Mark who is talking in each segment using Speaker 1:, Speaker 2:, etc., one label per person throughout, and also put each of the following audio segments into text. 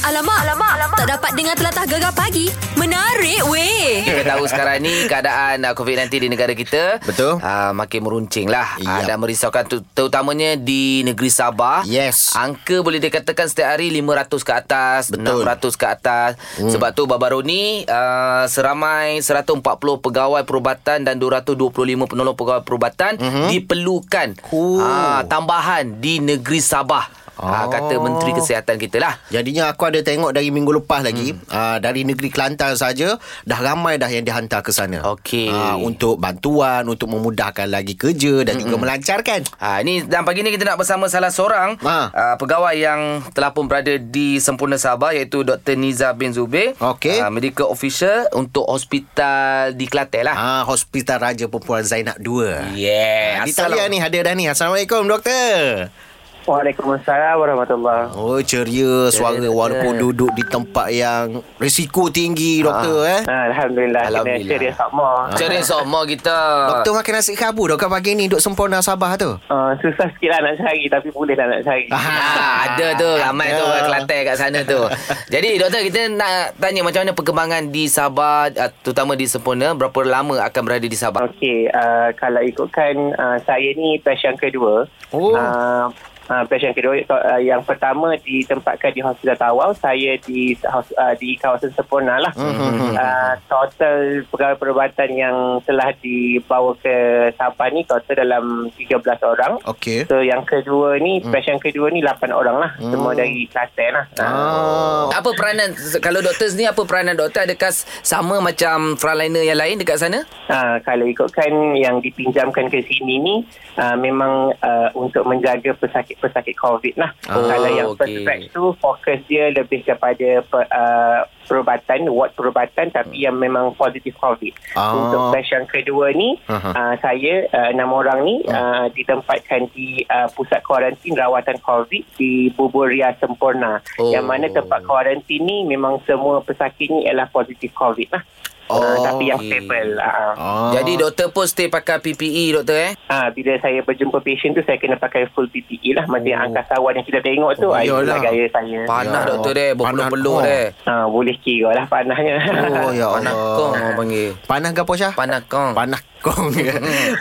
Speaker 1: Alamak, alamak, alamak. Tak dapat dengar telatah gegar pagi. Menarik weh.
Speaker 2: Kita tahu sekarang ni keadaan uh, COVID-19 di negara kita
Speaker 3: Betul.
Speaker 2: uh, Makin meruncing lah yep. uh,
Speaker 3: Yap.
Speaker 2: Dan merisaukan tu, terutamanya di negeri Sabah
Speaker 3: Yes.
Speaker 2: Angka boleh dikatakan setiap hari 500 ke atas
Speaker 3: Betul.
Speaker 2: 600 ke atas hmm. Sebab tu baru-baru ni uh, Seramai 140 pegawai perubatan Dan 225 penolong pegawai perubatan mm-hmm.
Speaker 3: Mhm.
Speaker 2: Diperlukan
Speaker 3: Ooh.
Speaker 2: uh, tambahan di negeri Sabah oh. uh, Kata Menteri Kesihatan kita lah
Speaker 3: Jadinya aku ada tengok dari minggu lepas lagi hmm. uh, dari negeri Kelantan saja dah ramai dah yang dihantar ke sana.
Speaker 2: Okey.
Speaker 3: Ah, untuk bantuan, untuk memudahkan lagi kerja dan hmm. juga melancarkan.
Speaker 2: Ha, ini dan pagi ni kita nak bersama salah seorang ha.
Speaker 3: Ha.
Speaker 2: uh, pegawai yang telah pun berada di Sempurna Sabah iaitu Dr. Niza bin Zubir.
Speaker 3: Okey.
Speaker 2: Ah, medical officer untuk hospital di Kelantan lah. Ha.
Speaker 3: Ah, Hospital Raja Perempuan Zainab 2.
Speaker 2: Yeah.
Speaker 3: Ha, Di talian ni ada dah ni. Assalamualaikum doktor.
Speaker 4: Waalaikumsalam warahmatullahi
Speaker 3: Oh ceria suara
Speaker 2: doktor.
Speaker 3: walaupun duduk di tempat yang
Speaker 2: Ah,
Speaker 3: risiko tinggi doktor eh.
Speaker 4: Ha, Alhamdulillah Kena
Speaker 2: Alhamdulillah.
Speaker 4: ceria sama
Speaker 3: Ah.
Speaker 2: Cari semua kita.
Speaker 3: Doktor makan nasi kabur doktor pagi ni duduk sempurna Sabah tu.
Speaker 4: uh, Susah sikit lah nak cari Tapi boleh lah nak cari
Speaker 3: Ah.
Speaker 2: Ha, ada tu ramai tu orang
Speaker 3: Ada.
Speaker 2: Kelantan kat sana tu. Jadi doktor kita nak tanya macam mana perkembangan di Sabah ah, terutama di Sempurna berapa lama akan berada di Sabah?
Speaker 4: Okey, uh, kalau ikutkan uh, saya ni pasien kedua.
Speaker 3: Oh.
Speaker 4: Uh, uh, pasien kedua uh, yang pertama ditempatkan di Hospital Tawau, saya di hos- uh, di kawasan Sempurna lah.
Speaker 3: Hmm,
Speaker 4: Mm-hmm. Uh, total pegawai perubatan yang telah dibawa ke Sabah ni total dalam 13 orang.
Speaker 3: Okey. Hmm.
Speaker 4: So yang kedua ni, pasien kedua ni 8 orang lah. Semua dari Kelantan lah.
Speaker 3: Ah.
Speaker 2: Apa peranan kalau doktor ni apa peranan doktor adakah s- sama macam frontliner yang lain dekat sana?
Speaker 4: Uh, kalau ikutkan yang dipinjamkan ke sini ni uh, memang uh, untuk menjaga pesakit-pesakit COVID lah.
Speaker 2: Oh,
Speaker 4: kalau yang
Speaker 2: okey.
Speaker 4: okay. first batch tu fokus dia lebih kepada per, uh, perubatan, ward perubatan tapi yang memang positif COVID.
Speaker 3: Ah.
Speaker 4: Untuk batch yang kedua ni
Speaker 3: Aha.
Speaker 4: uh-huh. uh, saya uh, enam orang ni
Speaker 2: Ah.
Speaker 4: uh, ditempatkan di uh, pusat kuarantin rawatan COVID di Buburia Sempurna.
Speaker 2: Oh.
Speaker 4: Yang mana tempat kuarantin ni memang semua pesakit ni ialah positif COVID lah.
Speaker 3: Oh,
Speaker 4: uh, tapi yang
Speaker 2: okey.
Speaker 4: stable. Uh.
Speaker 3: Ah.
Speaker 2: Jadi doktor pun stay pakai PPE doktor eh?
Speaker 4: Ah, bila saya berjumpa patient tu saya kena pakai full PPE lah macam yang angkasawan yang kita tengok tu
Speaker 3: Oh,
Speaker 4: oh, itulah
Speaker 3: iyalah.
Speaker 4: gaya saya
Speaker 2: Panas
Speaker 3: Ya.
Speaker 2: doktor dia, berpeluh-peluh
Speaker 3: Panas.
Speaker 2: dia.
Speaker 4: ah, boleh kira lah panahnya
Speaker 3: Oh ya
Speaker 2: Panas kong
Speaker 3: Allah.
Speaker 2: orang panggil.
Speaker 3: Panas ke apa Syah?
Speaker 2: Panas kong.
Speaker 3: Panah kong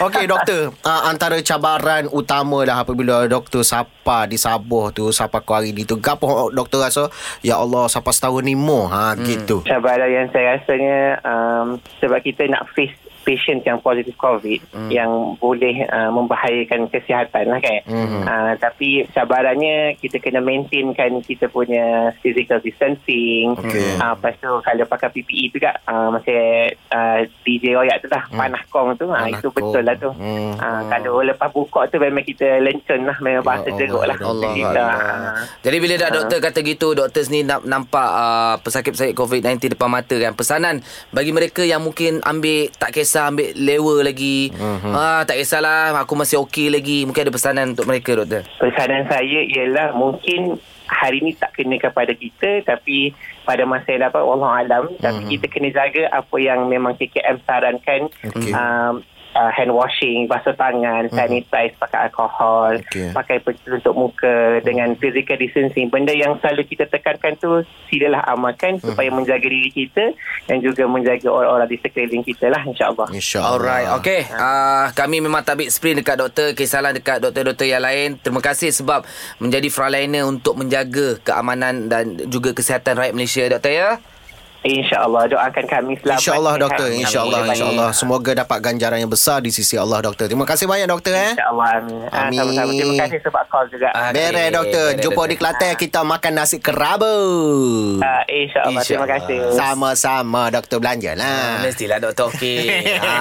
Speaker 3: Okey doktor uh, Hmm. Antara cabaran utama lah Apabila doktor Sapa di Sabah tu Sapa Kuari ni tu Gapo doktor rasa Ya Allah Sapa setahun ni mo ha, hmm. Gitu
Speaker 4: cabaran yang saya rasanya um, sebab kita nak face patient yang positif COVID
Speaker 3: Hmm.
Speaker 4: yang boleh uh, membahayakan kesihatan lah kan.
Speaker 3: Hmm.
Speaker 4: Uh, tapi cabarannya kita kena maintainkan kita punya physical distancing.
Speaker 3: Okey.
Speaker 4: Uh, lepas tu kalau pakai PPE juga uh, macam uh, DJ Royak tu lah panah kong tu uh,
Speaker 3: Hmm. Panah
Speaker 4: itu
Speaker 3: kong.
Speaker 4: betul lah tu.
Speaker 3: Hmm. Ya
Speaker 4: Uh, kalau lepas buka tu memang kita lencun lah memang bahasa
Speaker 3: Allah, ya
Speaker 4: jeruk lah.
Speaker 2: Allah
Speaker 4: kita,
Speaker 2: Allah.
Speaker 4: ah.
Speaker 2: Jadi bila dah doktor kata gitu, doktor ni nak nampak uh, pesakit-pesakit COVID-19 depan mata kan. Pesanan bagi mereka yang mungkin ambil tak kisah ambil lewa lagi.
Speaker 3: Mhm.
Speaker 2: Mm-hmm. Ah tak kisahlah aku masih okey lagi. Mungkin ada pesanan untuk mereka doktor.
Speaker 4: Pesanan saya ialah mungkin hari ni tak kena kepada kita tapi pada masa yang dapat Allah alam tapi
Speaker 3: Hmm.
Speaker 4: kita kena jaga apa yang memang KKM sarankan
Speaker 3: Okey. Hmm.
Speaker 4: um, uh, hand washing basuh tangan sanitize pakai alkohol
Speaker 3: Okey. Hmm.
Speaker 4: pakai penutup muka dengan physical distancing benda yang selalu kita tekankan tu silalah amalkan
Speaker 3: Hmm.
Speaker 4: supaya menjaga diri kita dan juga menjaga orang-orang di sekeliling kita lah insyaallah
Speaker 3: InsyaAllah
Speaker 2: Alright, okay. Uh, kami memang tabik sprint dekat doktor, kisalan dekat doktor-doktor yang lain. Terima kasih sebab menjadi frontliner untuk menjaga keamanan dan juga kesihatan rakyat Malaysia, doktor ya.
Speaker 4: insyaallah doakan kami selamat
Speaker 3: InsyaAllah doktor
Speaker 4: sihat.
Speaker 3: InsyaAllah
Speaker 4: Amin.
Speaker 3: InsyaAllah Semoga dapat ganjaran yang besar Di sisi Allah doktor Terima kasih banyak doktor eh
Speaker 4: InsyaAllah amin. Ah,
Speaker 3: Amin.
Speaker 4: Sama-sama. Terima kasih sebab call juga.
Speaker 2: Ah,
Speaker 4: Ah,
Speaker 3: Beres doktor
Speaker 2: Beres,
Speaker 3: Jumpa
Speaker 2: doktor.
Speaker 3: di Kelantan Kita makan nasi kerabu
Speaker 4: InsyaAllah. Ah, Terima
Speaker 2: Insya
Speaker 4: kasih.
Speaker 3: Sama-sama doktor belanja lah
Speaker 2: Ah. Mestilah Dr. Okey. ha,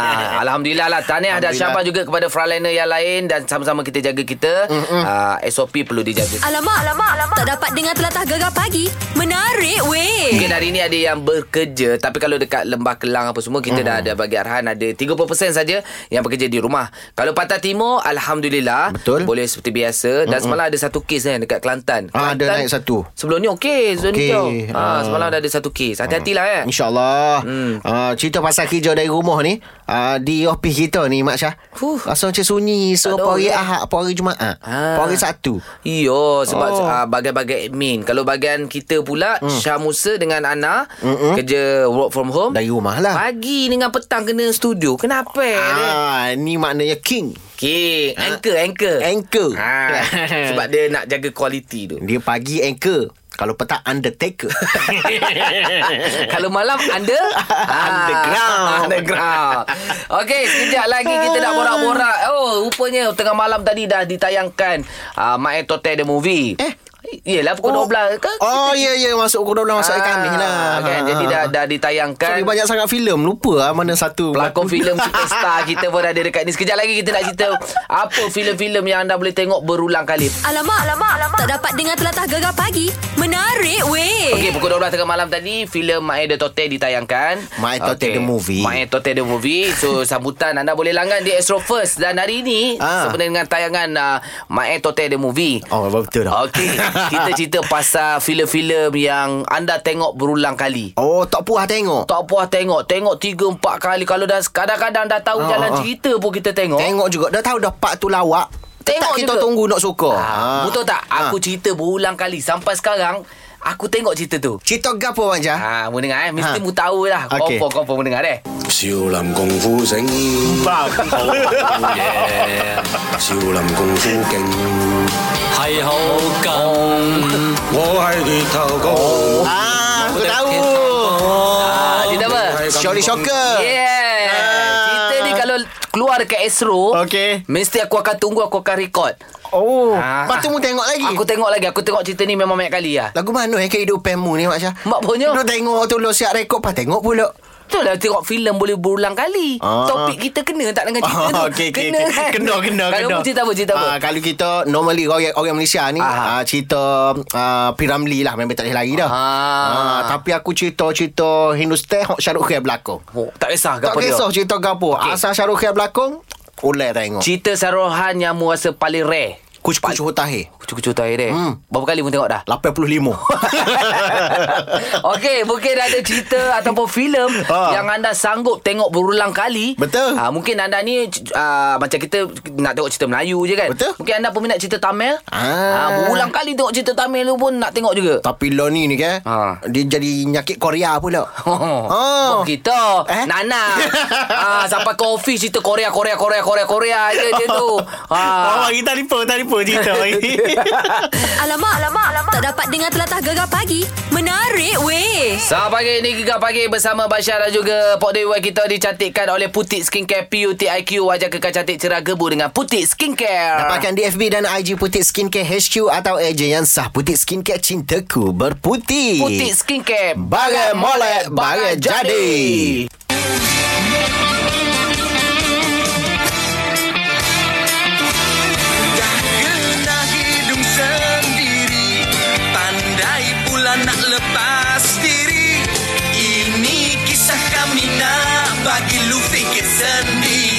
Speaker 2: Alhamdulillah lah. Tahniah dan
Speaker 3: Alhamdulillah.
Speaker 2: syabas juga kepada frontliner yang lain. Dan sama-sama kita jaga kita. Uh, SOP perlu dijaga.
Speaker 1: Alamak, alamak, alamak. Tak dapat dengar telatah gegar pagi. Menarik weh.
Speaker 2: Mungkin hari ni ada yang bekerja tapi kalau dekat Lembah Kelang apa semua kita
Speaker 3: Hmm.
Speaker 2: dah ada bagi arahan ada 30% saja yang bekerja di rumah. Kalau Pantai Timur alhamdulillah
Speaker 3: Betul.
Speaker 2: boleh seperti biasa dan semalam ada satu kes kan dekat Kelantan.
Speaker 3: Ah, ada
Speaker 2: Kelantan
Speaker 3: naik satu.
Speaker 2: Sebelum ni okey zon
Speaker 3: Okey.
Speaker 2: hijau.
Speaker 3: Ah. Hmm.
Speaker 2: Ah semalam dah ada satu kes. Hati-hatilah eh.
Speaker 3: InsyaAllah hmm. uh, Cerita pasal kerja dari rumah ni uh, Di ofis kita ni Mak Syah
Speaker 2: Huh.
Speaker 3: Rasa macam sunyi So
Speaker 2: ada
Speaker 3: pagi
Speaker 2: orang.
Speaker 3: Ahad Pagi Jumaat
Speaker 2: Ah.
Speaker 3: Pagi Sabtu
Speaker 2: Iyo sebab
Speaker 3: Oh. Hmm.
Speaker 2: oh. uh, bagai-bagai admin. Kalau bagian kita pula mm. Syah Musa dengan Ana Mm-mm. kerja work from home.
Speaker 3: Dari rumah lah
Speaker 2: Pagi dengan petang kena studio. Kenapa? Ah.
Speaker 3: Ah, Ni maknanya king
Speaker 2: Okay, anchor, anchor.
Speaker 3: Anchor
Speaker 2: Ha, sebab dia nak jaga kualiti tu.
Speaker 3: Dia pagi anchor Kalau petang undertaker
Speaker 2: Kalau malam under
Speaker 3: Underground.
Speaker 2: ah, Underground Okay sekejap lagi kita nak borak-borak Oh rupanya tengah malam tadi dah ditayangkan uh, My Tote The Movie
Speaker 3: Eh?
Speaker 2: Yelah pukul oh.
Speaker 3: Oh.
Speaker 2: 12 kan?
Speaker 3: Oh ya ya Masuk pukul 12 Masuk ah, Khamis lah
Speaker 2: kan? Jadi dah, dah ditayangkan
Speaker 3: Sorry banyak sangat filem Lupa lah mana satu
Speaker 2: Pelakon filem superstar kita pun ada dekat ni Sekejap lagi kita nak cerita Apa filem-filem yang anda boleh tengok berulang kali
Speaker 1: Alamak, alamak, alamak. Tak dapat dengar telatah gegar pagi. Menarik weh.
Speaker 3: Eh.
Speaker 2: Okey, pukul 12 tengah malam tadi filem Mae de Tote ditayangkan.
Speaker 3: Mae Tote
Speaker 2: Okey,
Speaker 3: the Movie.
Speaker 2: Mae Tote the Movie. So sambutan anda boleh langgan di Astro First dan hari ini
Speaker 3: Ah.
Speaker 2: sebenarnya dengan tayangan uh, Mae Tote the Movie.
Speaker 3: Oh betul dah
Speaker 2: Okey, kita cerita pasal filem-filem yang anda tengok berulang kali.
Speaker 3: Oh tak puas tengok
Speaker 2: Tak puas tengok, tengok 3 4 kali kalau dah kadang-kadang dah tahu
Speaker 3: Ah,
Speaker 2: jalan
Speaker 3: ah.
Speaker 2: cerita pun kita tengok.
Speaker 3: Tengok juga Dah tahu dah part tu lawak Tetap
Speaker 2: Tengok
Speaker 3: kita
Speaker 2: juga.
Speaker 3: tunggu nak suka
Speaker 2: Ah, betul tak?
Speaker 3: Ah.
Speaker 2: Aku cerita berulang kali sampai sekarang aku tengok cerita tu.
Speaker 3: Cerita gapo Mak Jah?
Speaker 2: Ha, mu dengar eh. Mesti
Speaker 3: Ha.
Speaker 2: ha. mu tahu lah. Okay.
Speaker 3: Okey.
Speaker 2: Confirm, confirm mu dengar eh.
Speaker 5: 少林功夫醒，好嘢！少林功夫勁，
Speaker 6: 係好咁。
Speaker 5: 我係鐵頭功。
Speaker 3: Ah, aku tahu.
Speaker 2: Ha, cerita apa?
Speaker 3: Shorty Shocker.
Speaker 2: Yeah. Cerita ni kalau keluar dekat Astro,
Speaker 3: Okey.
Speaker 2: mesti aku akan tunggu, aku akan record.
Speaker 3: Oh,
Speaker 2: Ah.
Speaker 3: lepas tu mu tengok lagi.
Speaker 2: Aku tengok lagi. Aku tengok cerita ni memang banyak kali lah.
Speaker 3: Lagu mana eh kehidupan mu ni Mak Syah?
Speaker 2: Mak punya.
Speaker 3: Lu tengok tu lu siap rekod pas tengok pula.
Speaker 2: Betul lah tengok filem boleh berulang kali.
Speaker 3: Ah.
Speaker 2: Topik kita kena tak dengan cerita tu. kena kan? Kalau mu cerita apa, cerita apa?
Speaker 3: Ah, kalau kita normally orang orang Malaysia ni ah.
Speaker 2: Ah.
Speaker 3: cerita ah, Piramli lah memang tak boleh lari dah.
Speaker 2: Ah.
Speaker 3: Ah, tapi aku cerita-cerita Hindustan hok Syarul Khair belakang.
Speaker 2: Oh, tak kisah ke
Speaker 3: Tak
Speaker 2: apa dia.
Speaker 3: kisah cerita gapo. Okay.
Speaker 2: Okey.
Speaker 3: Asal Syarul Khair belakang, oleh tengok.
Speaker 2: Cerita Sarohan yang mu rasa paling rare.
Speaker 3: Kucu-kucu hutahir.
Speaker 2: Kucu-kucu terakhir dia.
Speaker 3: Hmm.
Speaker 2: Berapa kali mu tengok dah?
Speaker 3: 85.
Speaker 2: Okey, mungkin ada cerita ataupun filem
Speaker 3: Ah.
Speaker 2: yang anda sanggup tengok berulang kali.
Speaker 3: Betul.
Speaker 2: Ah, mungkin anda ni ah, macam kita nak tengok cerita Melayu je kan.
Speaker 3: Betul.
Speaker 2: Mungkin anda peminat cerita Tamil. Ha,
Speaker 3: Ah.
Speaker 2: berulang kali tengok cerita Tamil tu pun nak tengok juga.
Speaker 3: Tapi lo ni ni kan
Speaker 2: Ha.
Speaker 3: Dia jadi nyakit Korea pula
Speaker 2: Oh, kita
Speaker 3: Eh?
Speaker 2: eh? Nana ah, Sampai ke office Cerita Korea Korea Korea Korea Korea je dia tu ah.
Speaker 3: kita telefon Telefon cerita
Speaker 1: Alamak, alamak, alamak. Tak dapat dengar telatah gegar pagi. Menarik weh.
Speaker 2: Selamat pagi ni Gegar Pagi bersama Bashar dan juga Pok Dewa kita dicantikkan oleh Putik Skincare PUTIQ Wajah kekal cantik cerah gebu dengan Putik Skincare
Speaker 3: Dapatkan di FB dan IG Putih Skincare HQ Atau ejen yang sah Putih Skincare Cintaku Berputih
Speaker 2: Putik Skincare
Speaker 3: Bagai molek Bagai jadi
Speaker 7: Kena hidung sendiri Pandai pula nak lepas diri Ini kisah kami nak bagi lu fikir sendiri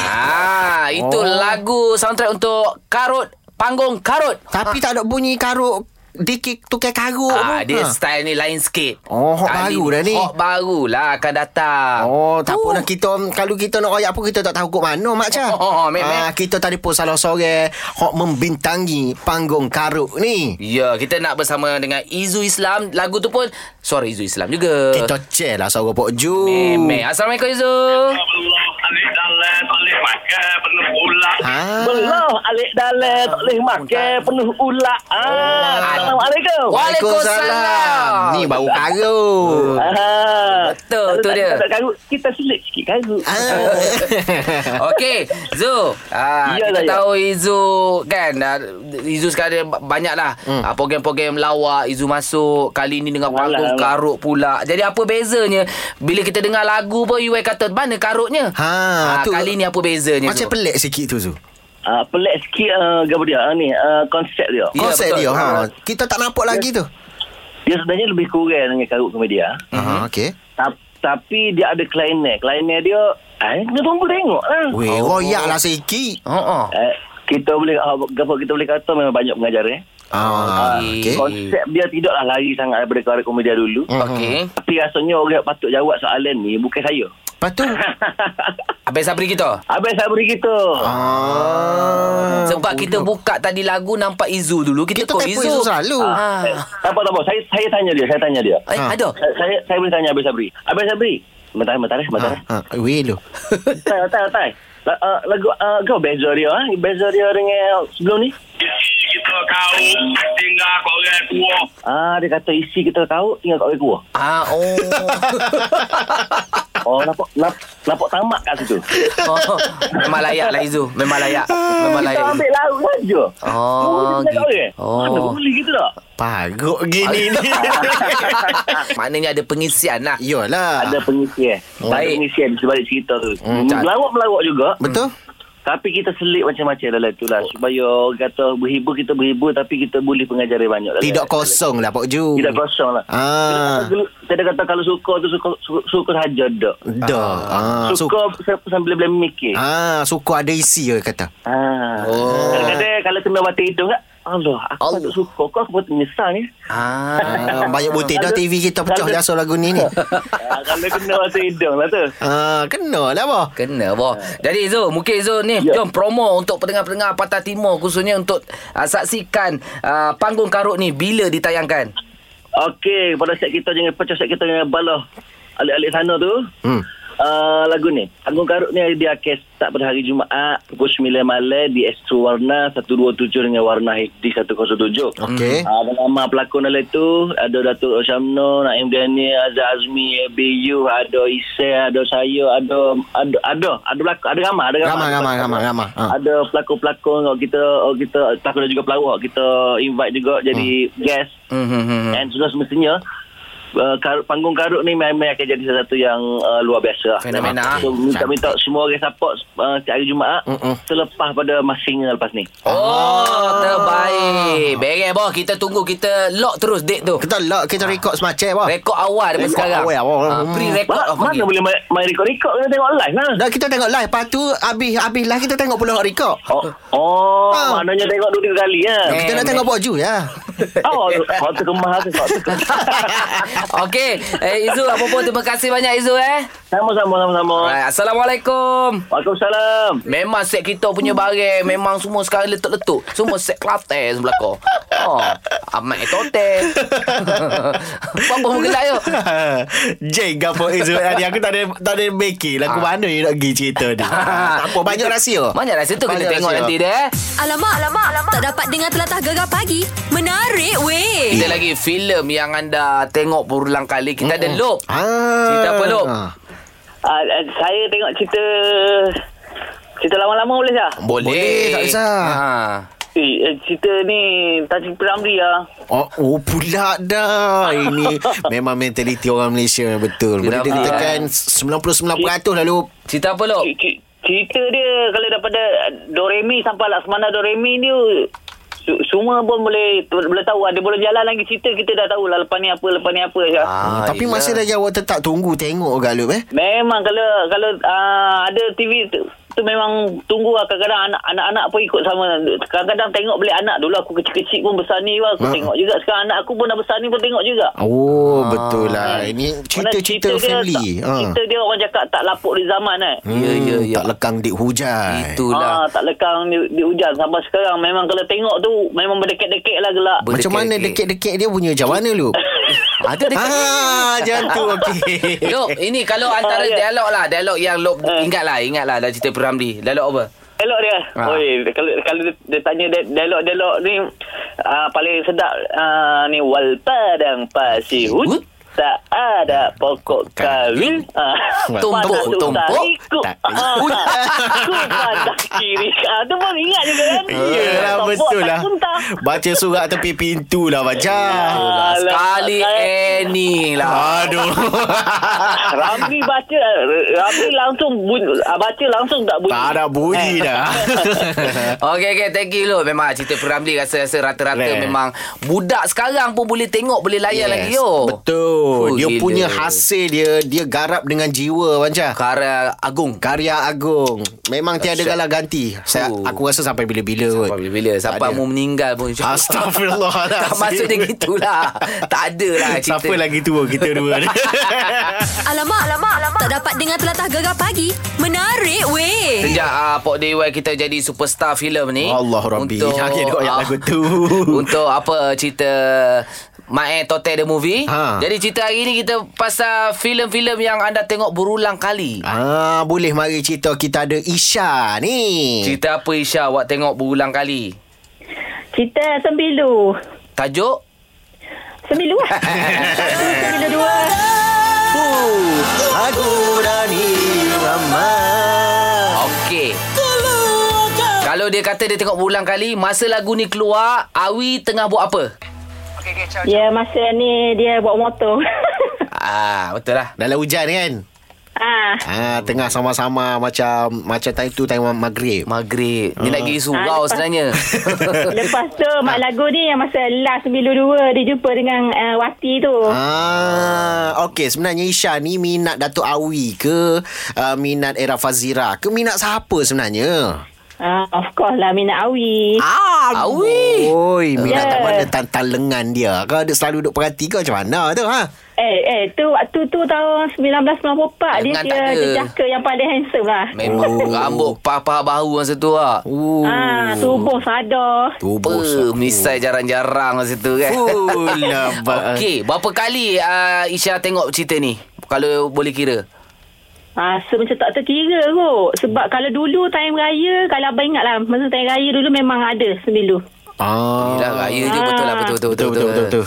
Speaker 2: Ah, Itu
Speaker 3: Oh.
Speaker 2: lagu soundtrack untuk Karut Panggung Karut
Speaker 3: Tapi tak ada bunyi karuk Dikik tukar karuk
Speaker 2: Ah,
Speaker 3: pun.
Speaker 2: dia
Speaker 3: Ha.
Speaker 2: style ni lain sikit
Speaker 3: Oh, hot
Speaker 2: Kali
Speaker 3: baru dah ni.
Speaker 2: Hot baru lah akan datang
Speaker 3: Oh, tak apa dah kita kalau kita nak royak pun kita tak tahu kok mana Mak Cha.
Speaker 2: Oh, oh, mek, mek.
Speaker 3: Ah, kita tadi pun salah sore hok membintangi panggung karuk ni.
Speaker 2: Ya, kita nak bersama dengan Izu Islam. Lagu tu pun suara Izu Islam juga.
Speaker 3: Kita cek lah suara Pok Ju.
Speaker 2: Memek. Assalamualaikum Izu.
Speaker 8: Allah alik dalam tak boleh makan penuh ulat.
Speaker 3: Ah.
Speaker 4: Belah alik dalam tak boleh makan penuh ulat. Ah, Assalamualaikum.
Speaker 2: Waalaikumsalam.
Speaker 3: Ni baru karuk.
Speaker 4: Ah,
Speaker 2: Betul,
Speaker 4: kalau
Speaker 2: tu
Speaker 4: tak-
Speaker 2: dia.
Speaker 4: kalau tak karut, kita selit sikit karut.
Speaker 3: Ah.
Speaker 2: Okey, Zu. Ah,
Speaker 4: Ya
Speaker 2: kita
Speaker 4: lah, ya.
Speaker 2: tahu Izu kan ah, Izu sekarang dia banyaklah hmm. ah, program-program lawak Izu masuk kali ni dengan panggung
Speaker 4: Alah, alah.
Speaker 2: karut pula. Jadi apa bezanya bila kita dengar lagu pun you kata mana karutnya?
Speaker 3: Ha,
Speaker 2: Ah,
Speaker 3: tu-
Speaker 2: kali ni apa bezanya? Zu?
Speaker 3: Macam pelik sikit tu Zu.
Speaker 4: Ah, pelik sikit uh, gapo dia ah, ni ah, konsep dia.
Speaker 2: Ya,
Speaker 3: Konsep
Speaker 2: betul.
Speaker 3: dia ha. Kita tak nampak lagi tu.
Speaker 4: Dia sebenarnya lebih kurang dengan karut komedia.
Speaker 2: Mhm.
Speaker 3: Aha, Ah, okey.
Speaker 4: Ta- tapi dia ada klainet. Klainet dia, eh, kenapa pun tengok lah.
Speaker 3: Weh,
Speaker 2: Oh.
Speaker 3: royak lah sikit. Ha ah.
Speaker 4: Eh, kita boleh, ah, apa kita boleh kata memang banyak pengajar eh.
Speaker 3: Ah, okey.
Speaker 4: Konsep dia tidaklah lari sangat daripada karya komedia dulu.
Speaker 2: Hmm.
Speaker 3: Hmm.
Speaker 2: Okey.
Speaker 4: Tapi rasanya orang yang patut jawab soalan ni bukan saya.
Speaker 3: Lepas tu
Speaker 2: Abang Sabri kita.
Speaker 4: Abang Sabri kita.
Speaker 3: ah,
Speaker 2: Sebab kita buka tadi lagu nampak Izu dulu. Kita,
Speaker 3: kita
Speaker 2: call
Speaker 3: typo itu selalu.
Speaker 2: Ah.
Speaker 4: Eh, tak apa, tak apa. Saya, saya tanya dia. Saya tanya dia.
Speaker 2: Eh,
Speaker 3: Ah.
Speaker 2: ada.
Speaker 4: Saya, saya, saya boleh tanya Abang Sabri. Abang Sabri. Bentar, bentar, eh, bentar.
Speaker 2: Ah.
Speaker 3: Ha, ha, weh lu.
Speaker 4: Tak, tak, tak. La- uh, lagu uh, kau beza dia eh? Beza dia dengan sebelum ni
Speaker 8: Isi kita kau tinggal korang tua.
Speaker 4: Ah, dia kata isi kita tahu tinggal kat orang gua.
Speaker 2: Ah, oh.
Speaker 4: Oh, nampak nap, nampak tamak kat situ.
Speaker 2: oh. Memang layak lah Izu. Memang layak.
Speaker 3: Ah,
Speaker 2: Memang
Speaker 4: Kita
Speaker 2: layak. Izu.
Speaker 4: ambil laut saja.
Speaker 2: Oh, gitu. Oh.
Speaker 4: Oh. Mana boleh gitu tak?
Speaker 3: Paruk gini ni.
Speaker 2: Maknanya ada pengisian lah.
Speaker 3: Yolah.
Speaker 4: Ada pengisian.
Speaker 2: Oh.
Speaker 4: Ada
Speaker 2: Baik.
Speaker 4: pengisian di sebalik cerita tu.
Speaker 2: Hmm, tak-
Speaker 4: Melawak-melawak juga.
Speaker 3: Betul?
Speaker 4: Tapi kita selit macam-macam dalam tu lah. Supaya orang kata berhibur, kita berhibur. Tapi kita boleh pengajaran banyak. Dalam
Speaker 3: Tidak kosong lah Pak Ju.
Speaker 4: Tidak kosong lah.
Speaker 3: Ah.
Speaker 4: Kita kata kalau suka tu suka, suka, suka sahaja tak.
Speaker 3: Dah. Ah, suka.
Speaker 4: Suka sambil boleh mikir.
Speaker 3: Ah, suka ada isi ke kata.
Speaker 4: Ah.
Speaker 2: Oh.
Speaker 4: Kadang-kadang kalau kena mata hidung kan, Allah, aku
Speaker 2: Allah.
Speaker 4: Allah. tak suka. Kau aku patut menyesal ni.
Speaker 2: Ah.
Speaker 3: Ah, banyak butir dah TV kita pecah dah so lagu ni ni.
Speaker 4: ah, kalau kena mata hidung lah tu.
Speaker 3: Ah, kena lah bah.
Speaker 2: Kena boh. Jadi Izu, mungkin Izu ni yeah.
Speaker 4: Ya.
Speaker 2: jom promo untuk pendengar-pendengar Patah Timur khususnya untuk uh, saksikan uh, panggung karut ni bila ditayangkan.
Speaker 4: Okey, pada set kita jangan pecah set kita dengan bala. Alik-alik sana tu.
Speaker 3: Hmm.
Speaker 4: Uh, lagu ni Anggun Karut ni dia akan start pada hari Jumaat pukul 9 malam di Astro Warna 127 dengan Warna HD 107
Speaker 3: Okey.
Speaker 4: Ah, ada nama pelakon dalam tu ada Datuk Osamno, Naim Daniel, Azhar Azmi, BU, ada Isa, ada saya, ada ada ada ada pelakon, ada ramai, ada ramai.
Speaker 3: Ramai, ramai, ramai, ramai. Ha.
Speaker 4: Ada pelakon-pelakon orang kita orang kita pelakon dan juga pelawak kita invite juga jadi guest.
Speaker 2: Mhm.
Speaker 4: And sudah semestinya Uh, kar- panggung karut ni memang akan jadi salah satu yang uh, luar biasa lah.
Speaker 2: Fenomena.
Speaker 4: So, minta-minta semua orang support uh, setiap hari Jumaat
Speaker 3: Mm-mm.
Speaker 4: selepas pada masing lepas ni.
Speaker 2: Oh, terbaik. Beres boh, kita tunggu kita lock terus date tu.
Speaker 3: Kita lock, kita record semacam bah.
Speaker 2: Rekod awal daripada
Speaker 3: Rekod
Speaker 2: sekarang.
Speaker 3: awal, awal.
Speaker 2: Ah, pre-record
Speaker 4: Ma-
Speaker 2: lah
Speaker 4: mana boleh main, main rekod-rekod kena tengok live lah.
Speaker 3: Dah kita tengok live, lepas tu habis habis lah kita tengok pula record.
Speaker 4: Oh, oh
Speaker 3: Ah.
Speaker 4: maknanya tengok dua tiga kali ya.
Speaker 2: Eh.
Speaker 3: Kita nak tengok Pak Ju ya.
Speaker 4: Oh, kau terkemah tu, kau terkemah.
Speaker 2: Okey, eh, Izu apa pun terima kasih banyak Izu eh.
Speaker 4: Sama-sama, sama-sama.
Speaker 2: Alright, Assalamualaikum.
Speaker 4: Waalaikumsalam.
Speaker 2: Memang set kita punya barang Memang semua sekarang letuk-letuk Semua set Kelantan sebelah kau Oh Amat tote Apa pun gelak yo
Speaker 3: Jeng gapo Izu tadi aku tak ada tak ada beki lagu mana you nak pergi cerita ni. Ah. tak apa banyak rahsia.
Speaker 2: Ya. Banyak rahsia tu kena
Speaker 3: Banyak
Speaker 2: tengok
Speaker 3: rahsia.
Speaker 2: nanti dia eh.
Speaker 1: Alamak, alamak, alamak. Tak dapat dengar telatah gegar pagi. Menarik weh.
Speaker 2: Kita lagi filem yang anda tengok berulang kali Kita ada loop
Speaker 3: Ah.
Speaker 2: Cerita apa, Lop?
Speaker 4: Uh, uh, saya tengok cerita... Cerita lama-lama boleh tak?
Speaker 2: Boleh,
Speaker 3: Boleh, tak kisah.
Speaker 2: ha.
Speaker 4: Eh, eh, cerita ni Tajik Peramri lah.
Speaker 3: Oh, oh pula dah Ini memang mentaliti orang Malaysia yang Betul Boleh
Speaker 2: Kenapa?
Speaker 3: dikatakan 99% lalu
Speaker 2: Cerita apa
Speaker 3: Oh.
Speaker 2: Lop?
Speaker 4: C- c- Cerita dia kalau daripada eh, Doremi sampai lah Laksamana Doremi ni su- semua pun boleh boleh tahu ada boleh jalan lagi cerita kita dah tahu lah lepas ni apa lepas ni apa ya.
Speaker 3: ah, Tapi
Speaker 2: yelah.
Speaker 3: masih lagi awak tetap tunggu Tengok kat Lup eh
Speaker 4: Memang kalau kalau uh, ada TV tu, tu memang tunggu lah kadang-kadang anak- anak-anak pun ikut sama. Kadang-kadang tengok balik anak dulu aku kecil-kecil pun besar ni lah,
Speaker 3: Ha.
Speaker 4: aku tengok juga. Sekarang anak aku pun dah besar ni pun tengok juga.
Speaker 2: Ah.
Speaker 3: Oh betul lah Ini cerita-cerita
Speaker 4: Mana
Speaker 3: family Ah. Hmm.
Speaker 4: Dia, tak, Cerita dia orang cakap tak lapuk di zaman eh.
Speaker 2: Ya, ya, ya.
Speaker 3: Tak lekang dik hujan
Speaker 2: Itulah
Speaker 4: Ah, tak lekang di, di hujan sampai sekarang. Memang kalau tengok tu memang berdekit-dekit lah gelak.
Speaker 2: Ber-
Speaker 3: Macam mana
Speaker 2: Berdekik-dekik.
Speaker 3: dekik-dekik dia punya Macam mana Lup
Speaker 2: Ada dekat
Speaker 3: Ah Macam tu okey
Speaker 2: Ah, Lop, ini kalau antara
Speaker 4: Ah, ya.
Speaker 2: dialog lah Dialog yang Lop
Speaker 4: Eh.
Speaker 2: Ingatlah, ingatlah Dalam cerita Piramli Dialog apa?
Speaker 4: Dialog dia.
Speaker 2: Ah.
Speaker 4: Ha. Oi, kalau kalau dia, dia tanya dia- dialog-dialog ni Ah, uh, paling sedap uh, ni wal ah, padang pasir
Speaker 2: Hut?
Speaker 4: hut tak Pada pokok kayu ah,
Speaker 2: Tumpuk,
Speaker 4: pada
Speaker 2: tumpuk,
Speaker 4: utari, Kuk
Speaker 3: tak-
Speaker 4: ah, kuk pada kiri Ah, Tu pun ingat juga kan
Speaker 3: Yelah
Speaker 4: Topok
Speaker 3: Ah, betul
Speaker 4: tak
Speaker 3: lah
Speaker 4: muntah.
Speaker 3: Baca surat tepi pintu lah baca
Speaker 4: Alah,
Speaker 2: Sekali Annie lah
Speaker 4: Ya,
Speaker 3: Aduh
Speaker 4: Ramli baca Ramli langsung bunyi, ah, Baca langsung tak bunyi
Speaker 3: Tak ada
Speaker 2: Eh.
Speaker 3: bunyi dah
Speaker 2: Okay, okay. Thank you, Lo. Memang cerita Piramli rasa-rasa rata-rata
Speaker 3: Rare.
Speaker 2: memang budak sekarang pun boleh tengok, boleh layan yes. lagi, yo.
Speaker 3: Betul
Speaker 2: Fuh,
Speaker 3: Dia
Speaker 2: gila.
Speaker 3: punya hasil dia Dia garap dengan jiwa baca
Speaker 2: Kara Agung.
Speaker 3: Karya Agung Memang tiada
Speaker 2: Dahsyat.
Speaker 3: galah ganti Saya,
Speaker 2: Fuh.
Speaker 3: Aku rasa sampai bila-bila kot
Speaker 2: Sampai bila-bila. Sampai
Speaker 3: Tak ada.
Speaker 2: mu meninggal pun. insyaAllah.
Speaker 3: Astagfirullahalazim.
Speaker 2: tak maksud dia gitulah. tak ada lah cerita.
Speaker 3: Siapa lagi tua kita dua ni
Speaker 1: Alamak, alamak, alamak. Tak dapat dengar telatah gegar pagi. Menarik weh.
Speaker 2: Sejak uh, Pok Dewa kita jadi superstar filem ni.
Speaker 3: Eh. Allah Rabbi. Akhir dia ayat
Speaker 2: ah,
Speaker 3: lagu tu.
Speaker 2: Untuk apa cerita Mae Tote the movie.
Speaker 3: Ha.
Speaker 2: Jadi cerita hari ni kita pasal filem-filem yang anda tengok berulang kali.
Speaker 3: Ah, boleh mari cerita kita ada Isha ni.
Speaker 2: Cerita apa Isha awak tengok berulang kali?
Speaker 9: Cerita sembilu.
Speaker 2: Tajuk?
Speaker 9: Sembilu lah. sembilu dua.
Speaker 3: Aku Rani Rama.
Speaker 2: Okey. Kalau dia kata dia tengok berulang kali, masa lagu ni keluar, Awi tengah buat apa?
Speaker 9: Ya, masa ni dia bawa motor.
Speaker 2: Ah, betul lah.
Speaker 3: Dalam hujan kan?
Speaker 9: ah,
Speaker 3: Ah, tengah sama-sama macam macam time tu time maghrib.
Speaker 2: Maghrib. Dia nak pergi surau
Speaker 9: Ah, lepas-
Speaker 2: sebenarnya.
Speaker 9: lepas tu Mak Lagu ni yang masa last sembilu dua dia jumpa dengan uh, Wati tu.
Speaker 3: Ah, okey sebenarnya Isha ni minat Datuk Awi ke uh, minat Era Fazira ke minat siapa sebenarnya?
Speaker 9: Ah, of course lah Mina Awi.
Speaker 3: Ah,
Speaker 2: Awi.
Speaker 3: Oi, minat yeah.
Speaker 9: Ya.
Speaker 3: kat mana tantan lengan dia. Kau ada selalu duk perhati kau macam mana tu ha?
Speaker 9: Eh, eh, tu waktu tu tahun 1994 dia
Speaker 2: Lengan
Speaker 9: dia
Speaker 2: tak ada.
Speaker 9: jejaka yang paling handsome lah.
Speaker 2: Memang
Speaker 3: Oh.
Speaker 2: rambut paha-paha baru masa tu lah.
Speaker 3: Ooh.
Speaker 9: Ah, tubuh sadar.
Speaker 3: Tubuh
Speaker 2: Apa misai jarang-jarang masa tu kan.
Speaker 3: Fulah ba-
Speaker 2: Okey, berapa kali uh, Isha tengok cerita ni? Kalau boleh kira.
Speaker 9: Ah, so macam tak terkira kot. Sebab kalau dulu time raya, kalau abang ingat lah, masa time raya dulu memang ada sembilu.
Speaker 3: Ah.
Speaker 2: Yelah, raya je betul lah. Betul, betul, betul.
Speaker 3: Betul, betul, betul,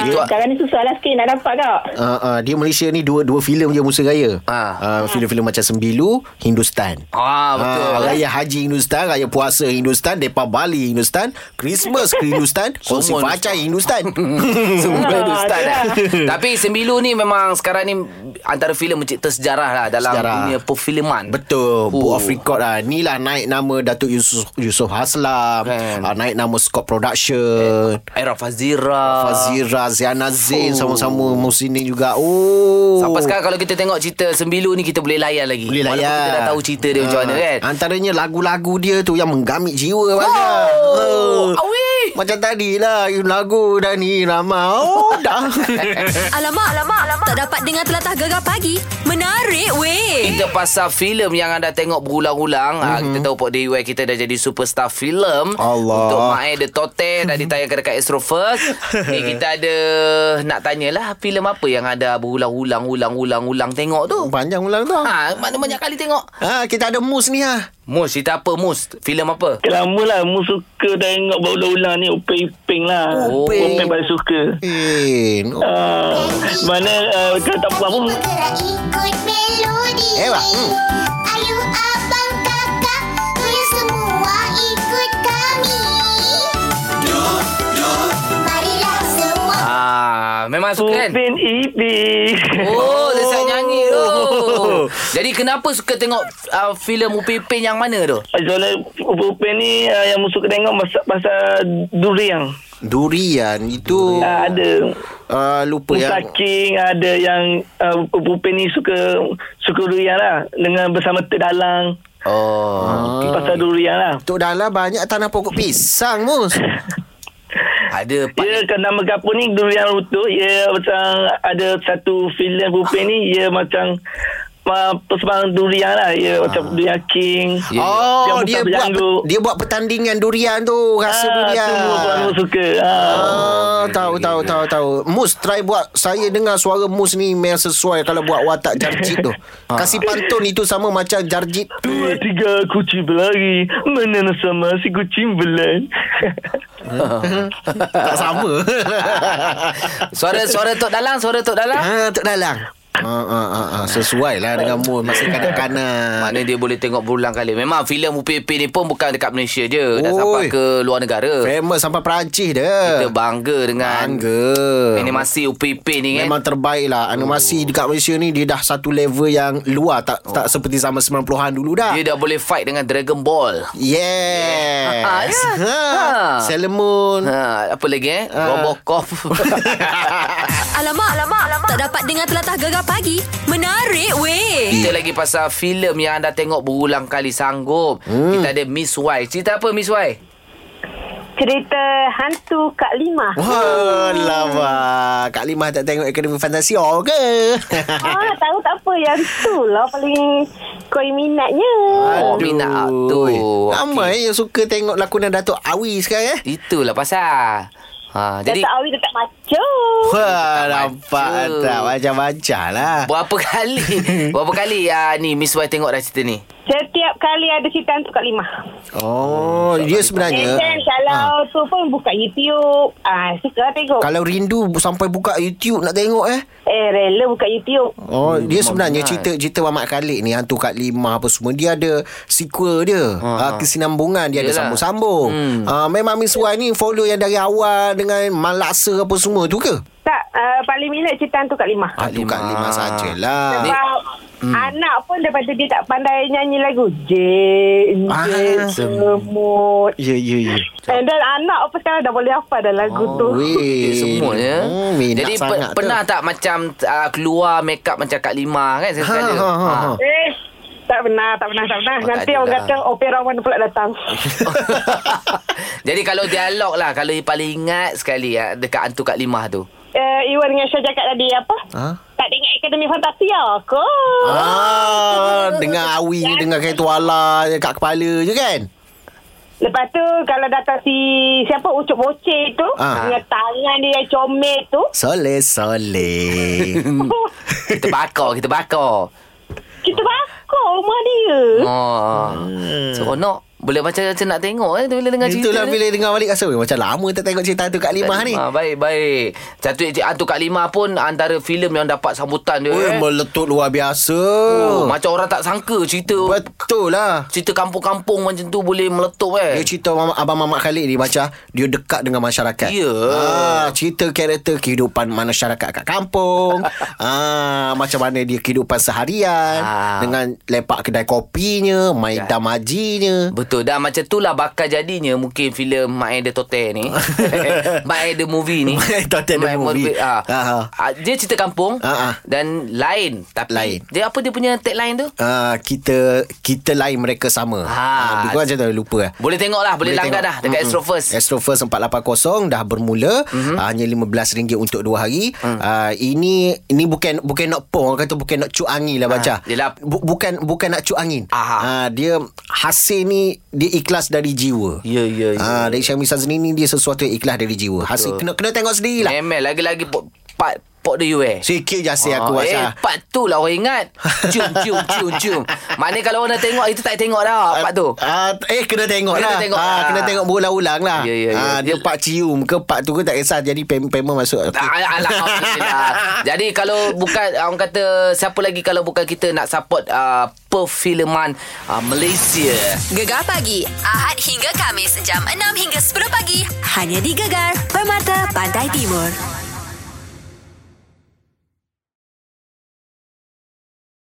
Speaker 9: Ah,
Speaker 2: itu.
Speaker 9: sekarang ni susah lah sikit nak dapat kak.
Speaker 3: Uh, uh, dia Malaysia ni dua dua filem je musim raya.
Speaker 2: Ah.
Speaker 3: Uh, filem-filem macam Sembilu, Hindustan.
Speaker 2: Ah, betul.
Speaker 3: Ah, raya Haji Hindustan, Raya Puasa Hindustan, Depa Bali Hindustan, Christmas ke Hindustan, Kongsi
Speaker 2: Semua
Speaker 3: Fajar Hindustan.
Speaker 2: Semua
Speaker 9: Ah,
Speaker 2: tu ustaz
Speaker 9: itulah.
Speaker 2: Tapi Sembilu ni memang sekarang ni antara filem mencipta sejarah lah dalam
Speaker 3: Sejarah.
Speaker 2: sejarah. dunia perfilman.
Speaker 3: Betul Book
Speaker 2: Oh.
Speaker 3: of Record lah Ni lah naik nama Datuk Yusuf, Yusuf Haslam
Speaker 2: Kan.
Speaker 3: ah, Naik nama Scott Production
Speaker 2: Era Fazira.
Speaker 3: Fazira Ziana Zain
Speaker 2: Oh.
Speaker 3: Sama-sama musim ni juga Oh
Speaker 2: Sampai sekarang kalau kita tengok cerita Sembilu ni kita boleh layan lagi.
Speaker 3: Boleh layan
Speaker 2: Walaupun kita dah tahu cerita dia macam mana
Speaker 3: Ah,
Speaker 2: kan.
Speaker 3: Antaranya lagu-lagu dia tu Yang menggamit jiwa oh,
Speaker 2: Oh, Awi.
Speaker 3: Macam tadi lah Lagu Dani Rama Oh dah
Speaker 1: Alamak, alamak, alamak. Tak dapat dengar telatah gegar pagi. Menarik weh.
Speaker 2: Kita pasal filem yang anda tengok berulang-ulang. Mm-hmm. kita tahu Pak DUI kita dah jadi superstar filem.
Speaker 3: Allah.
Speaker 2: Untuk Mae The Tote dah ditayangkan dekat Astro First. Ni kita ada nak tanyalah filem apa yang ada berulang-ulang-ulang-ulang-ulang tengok tu.
Speaker 3: Panjang ulang tu ha.
Speaker 2: Ha, mana banyak kali tengok.
Speaker 3: Kita ada mus ni ha.
Speaker 2: Mus, cerita apa Mus? Filem apa?
Speaker 4: Lama lah Mu suka tengok berulang-ulang ni Uping Iping lah
Speaker 3: Oh.
Speaker 2: Uping.
Speaker 4: Uping paling suka
Speaker 3: Eh, no.
Speaker 4: Ah, Mana uh, Kalau tak puas pun
Speaker 10: Bergerak ikut melodi
Speaker 3: Eh, Wak. Hmm.
Speaker 10: Ayu abang kakak Boleh semua ikut kami Marilah semua
Speaker 2: Ah, memang suka kan?
Speaker 4: Uping Iping
Speaker 2: Oh, dia siap nyanyi tu. Jadi kenapa suka tengok uh, filem Upipin yang mana tu?
Speaker 4: Soalan Uping ni ah, Yang mu suka tengok Pasal, pasal durian
Speaker 3: Durian
Speaker 2: Oh.
Speaker 3: Itu
Speaker 4: Ah, Ada
Speaker 3: uh, Lupa yang
Speaker 4: Musaking Ada yang uh, Uping ni suka Suka durian lah Dengan bersama terdalang
Speaker 2: Oh,
Speaker 3: Ah.
Speaker 4: okay. Pasal durian lah
Speaker 3: Tok Dala banyak tanah pokok pisang Ya, mus
Speaker 2: ada part
Speaker 4: Ya, ke- nama kapur ni Durian Rutu. Ya, macam ada satu filem Bupin ni. Ya, macam
Speaker 11: uh, persembahan durian lah. Ya,
Speaker 2: Ah.
Speaker 11: macam durian king.
Speaker 3: Oh,
Speaker 11: Yang
Speaker 3: dia buat
Speaker 11: berjanggut.
Speaker 3: dia buat pertandingan durian tu, rasa
Speaker 11: Ah,
Speaker 3: durian.
Speaker 11: semua orang suka.
Speaker 3: Ah, tahu tahu tahu tahu. Mus try buat. Saya dengar suara Mus ni memang sesuai kalau buat watak Jarjit tu. Kasih pantun itu sama macam Jarjit.
Speaker 11: Dua, tiga kucing berlari. Menenang sama si kucing belan.
Speaker 3: tak sama.
Speaker 2: suara suara Tok Dalang, suara Tok Dalang.
Speaker 3: Ha, Tok Dalang. Ha, ha, ha, ha. Sesuai lah dengan mood Masih kanak-kanak
Speaker 2: Maknanya dia boleh tengok berulang kali Memang filem UPP ni pun Bukan dekat Malaysia je Dah
Speaker 3: Oi.
Speaker 2: sampai ke luar negara
Speaker 3: Famous sampai Perancis dia
Speaker 2: Kita bangga dengan
Speaker 3: Bangga
Speaker 2: Animasi UPP ni kan
Speaker 3: Memang terbaik lah Animasi dekat Malaysia ni Dia dah satu level yang luar Tak tak seperti zaman 90-an dulu dah
Speaker 2: Dia dah boleh fight dengan Dragon Ball
Speaker 3: Yes
Speaker 2: Ah, ya. Ha.
Speaker 3: Sailor Moon
Speaker 2: ha, Apa lagi eh ha.
Speaker 3: Ah.
Speaker 2: Robocop
Speaker 1: Alamak, alamak, alamak. Tak dapat dengar telatah gegar pagi. Menarik, weh.
Speaker 2: Kita lagi pasal filem yang anda tengok berulang kali Sanggup hmm. Kita ada Miss Y Cerita apa Miss Y?
Speaker 12: Cerita hantu Kak Lima.
Speaker 3: Wah, lama. Kak Limah tak tengok Akademi Fantasio ke?
Speaker 12: Ah, tahu tak apa yang tu lah paling koi minatnya. Ah,
Speaker 2: Oh minat tu
Speaker 3: Ramai okay. yang suka tengok lakonan Datuk Awi sekarang eh.
Speaker 2: Itulah pasal ha, Jadi
Speaker 12: Datuk Awi tetap macam.
Speaker 3: Wah, nampak tak macam-macam lah.
Speaker 2: Berapa kali Berapa kali uh, ni Miss Y tengok dah cerita ni
Speaker 12: Setiap kali ada cerita hantu Kak Lima.
Speaker 3: Oh, dia
Speaker 12: Eh,
Speaker 3: sebenarnya
Speaker 12: kan, kalau
Speaker 2: Ha.
Speaker 12: tu pun buka YouTube. Ah, suka lah tengok.
Speaker 3: kalau rindu sampai buka YouTube nak tengok eh.
Speaker 12: Eh, rela buka YouTube.
Speaker 3: Oh, hmm, dia sebenarnya
Speaker 12: minat.
Speaker 3: cerita-cerita Mamat Khalid ni Hantu Kak Lima apa semua Dia ada sequel dia ha. Kesinambungan Dia ada
Speaker 2: Yelah.
Speaker 3: sambung-sambung
Speaker 2: Hmm.
Speaker 3: hmm. Memang Miss Y ni follow yang dari awal Dengan Malaksa apa semua tu ke?
Speaker 12: Tak, uh, paling minat cerita hantu Kak Lima.
Speaker 3: Hantu Kak Lima sajalah
Speaker 12: Sebab hmm. anak pun daripada dia tak pandai nyanyi lagu. Jin, jin,
Speaker 3: Ah.
Speaker 12: semut.
Speaker 3: Ya, ya, ya
Speaker 12: And then anak apa sekarang dah boleh hafal dah lagu oh, tu.
Speaker 2: Okay,
Speaker 3: Weh
Speaker 2: semuanya.
Speaker 3: hmm, Eh, minat
Speaker 2: ya. Jadi pe-
Speaker 3: sangat tu.
Speaker 2: pernah tak macam uh, keluar make up macam Kak Lima kan sekali.
Speaker 3: ha, ha, ha.
Speaker 12: Eh, tak pernah, tak pernah, tak pernah.
Speaker 2: Oh, tak
Speaker 12: Nanti
Speaker 2: ada
Speaker 12: orang
Speaker 2: lah.
Speaker 12: kata opera mana pula datang.
Speaker 2: Jadi kalau dialog lah kalau yang paling ingat sekali ah, dekat hantu Kak Lima tu.
Speaker 12: Eh, Iwan dengan Syah cakap tadi apa?
Speaker 3: Ha?
Speaker 12: Tak dengar Akademi Fantasia ke?
Speaker 3: Ah, dengar awi Dengar kain tuala Kat kepala je kan
Speaker 12: Lepas tu kalau datang si siapa Ucup Bocil tu
Speaker 3: Ah.
Speaker 12: dengan tangan dia yang comel tu
Speaker 3: Soleh Soleh
Speaker 2: Kita bakar, kita bakar.
Speaker 12: kita bakar rumah dia.
Speaker 2: Oh. Seronok. Boleh macam-macam nak tengok eh bila dengar cerita.
Speaker 3: Hmm. Itulah
Speaker 2: ni.
Speaker 3: bila dengar balik rasa "Weh, Macam lama tak tengok cerita Hantu Kak Lima ni
Speaker 2: Baik, baik. Satu Hantu Kak Lima pun antara filem yang dapat sambutan dia.
Speaker 3: Weh,
Speaker 2: eh.
Speaker 3: meletup luar biasa
Speaker 2: Oh, macam orang tak sangka cerita
Speaker 3: Betul lah
Speaker 2: cerita kampung-kampung macam tu boleh meletup
Speaker 3: Dia
Speaker 2: eh.
Speaker 3: cerita Mama, Abang Mamat Khalid ni Macam dia dekat dengan masyarakat
Speaker 2: Ya.
Speaker 3: ah, Cerita karakter kehidupan masyarakat kat kampung ah, Macam mana dia kehidupan seharian
Speaker 2: Ah. Ya.
Speaker 3: Dengan lepak kedai kopinya Maidam hajinya
Speaker 2: Betul dah macam tu lah bakal jadinya mungkin filem My the Tote ni. My the movie ni.
Speaker 3: My Tote the Movie.
Speaker 2: Ah.
Speaker 3: Ha, Aha.
Speaker 2: Ah, Dia cerita kampung
Speaker 3: Ah, ah.
Speaker 2: dan lain tapi
Speaker 3: Lain.
Speaker 2: dia apa dia punya tagline tu?
Speaker 3: ah, Kita Kita lain mereka
Speaker 2: Ah.
Speaker 3: sama ah, Lebih kurang macam tu lupa lah
Speaker 2: Boleh tengok lah Boleh, boleh langgar dah
Speaker 3: tengok.
Speaker 2: Dekat
Speaker 3: Mm-mm. Eh,
Speaker 2: Astro First
Speaker 3: Astro First 480 dah bermula mm-hmm.
Speaker 2: Mhm.
Speaker 3: hanya RM15 untuk 2 hari. Mm.
Speaker 2: Hmm.
Speaker 3: Uh, ini ini bukan bukan nak pong orang kata bukan nak cuk angin lah baca.
Speaker 2: Ah, yelah.
Speaker 3: Bu- bukan bukan nak cuk angin.
Speaker 2: Aha.
Speaker 3: Uh, dia hasil ni dia ikhlas dari jiwa.
Speaker 2: Ya ya ya
Speaker 3: Ah, dari Syamisan sendiri ni dia sesuatu yang ikhlas dari jiwa. Hasil kena kena tengok sendiri lah.
Speaker 2: Memel lagi-lagi pot- Part Pot the you eh
Speaker 3: Sikit je hasil aku
Speaker 2: Eh
Speaker 3: baca.
Speaker 2: part tu lah orang ingat Cium cium cium cium Maknanya kalau orang dah tengok Itu tak tengok dah Part tu
Speaker 3: Ah, eh kena tengok
Speaker 2: Kena
Speaker 3: lah.
Speaker 2: tengok
Speaker 3: ah,
Speaker 2: lah.
Speaker 3: kena tengok berulang-ulang lah.
Speaker 2: Ya, ya, ya.
Speaker 3: Ah, dia
Speaker 2: Dia-
Speaker 3: part cium ke part tu ke tak kisah jadi payment payment masuk.
Speaker 2: Ah, Alhamdulillah Jadi kalau bukan Orang kata Siapa lagi kalau bukan kita Nak support uh, Perfilman uh, Malaysia
Speaker 1: Gegar pagi. Ahad hingga Kamis. Jam 6 hingga 10 pagi. Hanya di Gegar. Permata Pantai Timur.